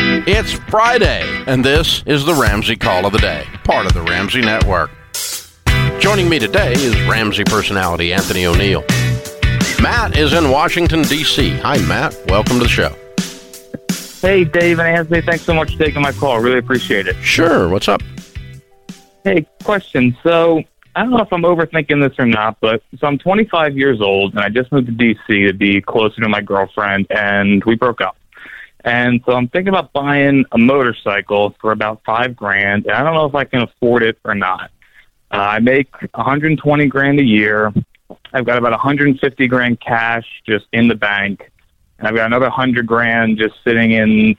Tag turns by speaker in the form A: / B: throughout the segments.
A: It's Friday, and this is the Ramsey Call of the Day, part of the Ramsey Network. Joining me today is Ramsey personality Anthony O'Neill. Matt is in Washington, D.C. Hi, Matt. Welcome to the show.
B: Hey, Dave and Anthony, thanks so much for taking my call. Really appreciate it.
A: Sure. What's up?
B: Hey, question. So, I don't know if I'm overthinking this or not, but so I'm 25 years old and I just moved to DC to be closer to my girlfriend, and we broke up. And so I'm thinking about buying a motorcycle for about five grand, and I don't know if I can afford it or not. Uh, I make 120 grand a year. I've got about 150 grand cash just in the bank, and I've got another 100 grand just sitting in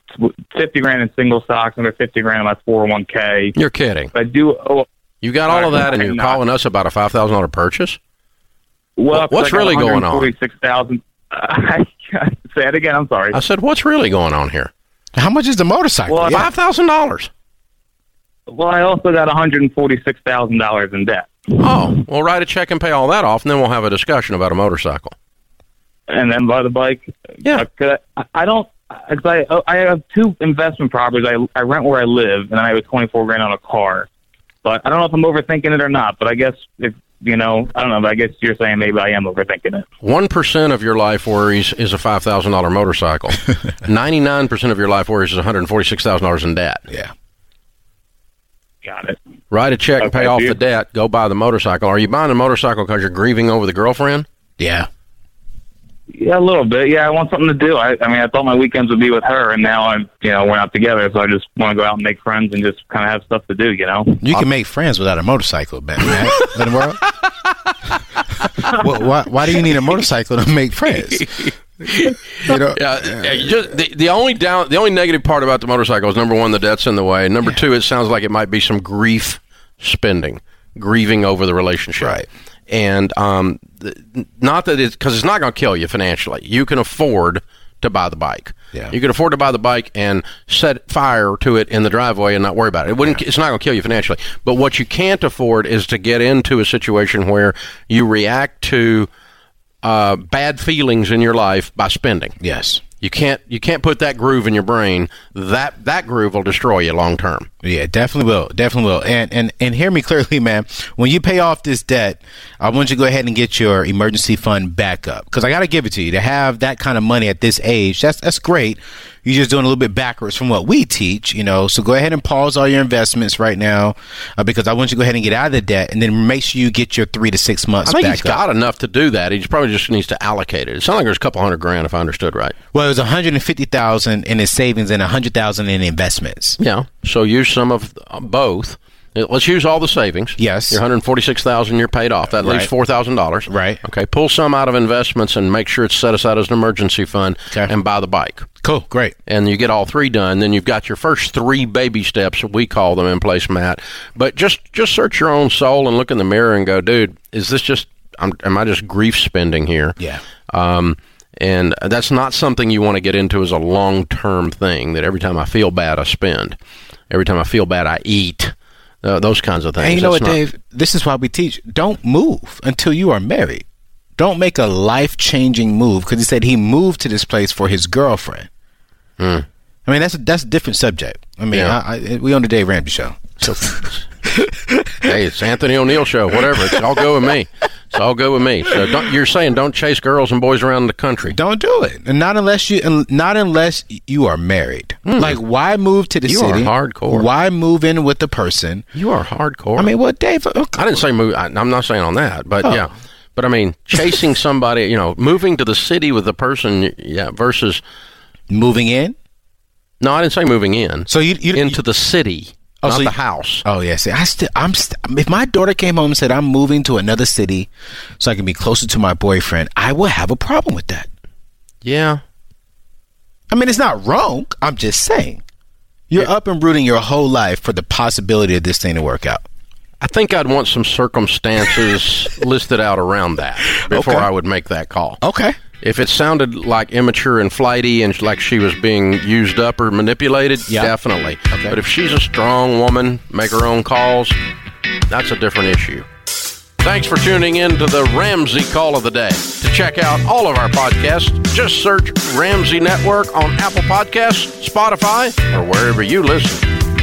B: 50 grand in single stocks, another 50 grand in my 401k.
A: You're kidding.
B: But I do owe
A: You got all of that, and you're calling us about a five thousand dollar purchase. What- what's really going on?
B: Forty-six thousand. I can't say it again. I'm sorry.
A: I said, "What's really going on here?"
C: How much is the motorcycle?
B: Well,
C: Yeah.
A: Five thousand dollars.
B: Well, I also got one hundred and forty-six thousand dollars in debt,
A: Oh, well, write a check and pay all that off, and then we'll have a discussion about a motorcycle.
B: and then by the bike.
A: Yeah.
B: uh, 'cause I, I don't. Cause I oh, I have two investment properties. I I rent where I live, and then I have a twenty-four grand on a car. But I don't know if I'm overthinking it or not. But I guess if you know, I don't know. But I guess you're saying maybe I am overthinking it.
A: One percent of your life worries is a five thousand dollar motorcycle. Ninety nine percent of your life worries is one hundred forty six thousand dollars in debt.
C: Yeah.
B: Got it.
A: Write a check and
B: Okay,
A: pay off
B: do you-
A: the debt. Go buy the motorcycle. Are you buying the motorcycle because you're grieving over the girlfriend?
C: Yeah.
B: Yeah, a little bit. Yeah, I want something to do. I, I mean, I thought my weekends would be with her, and now I'm, you know, we're not together, so I just want to go out and make friends and just kind of have stuff to do, you know.
C: You can make friends without a motorcycle, man. right? In the world. Wh- why, why do you need a motorcycle to make friends? You know,
A: Yeah. yeah, you just, the, the only down, the only negative part about the motorcycle is number one, the debt's in the way. Number two, it sounds like it might be some grief spending, grieving over the relationship.
C: Right.
A: And um, th- not that it's because it's not going to kill you financially. You can afford to buy the bike.
C: Yeah.
A: You can afford to buy the bike and set fire to it in the driveway and not worry about it. It wouldn't. It's not going to kill you financially. But what you can't afford is to get into a situation where you react to uh, bad feelings in your life by spending.
C: Yes.
A: You can't you can't put that groove in your brain. That that groove will destroy you long term.
C: Yeah, definitely will. Definitely will. And and and hear me clearly, man. When you pay off this debt, I want you to go ahead and get your emergency fund back up because I got to give it to you to have that kind of money at this age. That's that's great. You're just doing a little bit backwards from what we teach, you know. So go ahead and pause all your investments right now uh, because I want you to go ahead and get out of the debt, and then make sure you get your three to six months
A: I think
C: back
A: he's
C: up.
A: got enough to do that. He probably just needs to allocate it. It sounds like there's a couple hundred grand if I understood right.
C: Well, it was 150,000 in his savings and 100,000 in investments.
A: Yeah. So use some of uh, both. Uh, Let's use all the savings.
C: Yes.
A: Your 146,000 you're paid off. That leaves
C: Right.
A: $4,000.
C: Right.
A: Okay, pull some out of investments and make sure it's set aside as an emergency fund
C: Okay.
A: and buy the bike.
C: Cool, great.
A: and you get all three done, then you've got your first three baby steps. We call them in place, Matt. But just just search your own soul and look in the mirror and go, dude, is this just? I'm, am I just grief spending here?
C: Yeah.
A: Um, and that's not something you want to get into as a long term thing. That every time I feel bad, I spend. Every time I feel bad, I eat. Uh, those kinds of things.
C: And you know
A: That's
C: what,
A: not-
C: Dave? This is why we teach don't move until you are married. Don't make a life changing move because he said he moved to this place for his girlfriend. I mean, that's a, that's a different subject. I mean,
A: Mm. Yeah.
C: I, I, we on the Dave Ramsey show. So,
A: hey, it's Anthony O'Neill show. Whatever. It's all go with me. It's all go with me. So don't, you're saying don't chase girls and boys around the country.
C: don't do it, and not unless you, and not unless you are married. Like, why move to the
A: Mm. You are
C: city?
A: hardcore.
C: Why move in with the person?
A: You are hardcore.
C: I mean, well, Dave,
A: I didn't say move. I, I'm not saying on that, but
C: Oh.
A: yeah. But I mean, chasing somebody, you know, moving to the city with the person, yeah, versus,
C: moving in.
A: no, I didn't say moving in.
C: So you, you
A: into the city,
C: Oh,
A: not
C: so
A: the
C: you-
A: house.
C: Oh yeah, see, I still, I'm. St- if my daughter came home and said I'm moving to another city, so I can be closer to my boyfriend, I would have a problem with that.
A: Yeah.
C: I mean, it's not wrong. I'm just saying, you're up and rooting your whole life for the possibility of this thing to work out.
A: I think I'd want some circumstances listed out around that before
C: Okay.
A: I would make that call.
C: Okay.
A: If it sounded like immature and flighty and like she was being used up or manipulated,
C: Yeah.
A: definitely.
C: Okay.
A: But if she's a strong woman, make her own calls, that's a different issue. Thanks for tuning in to the Ramsey Call of the Day. To check out all of our podcasts, just search Ramsey Network on Apple Podcasts, Spotify, or wherever you listen.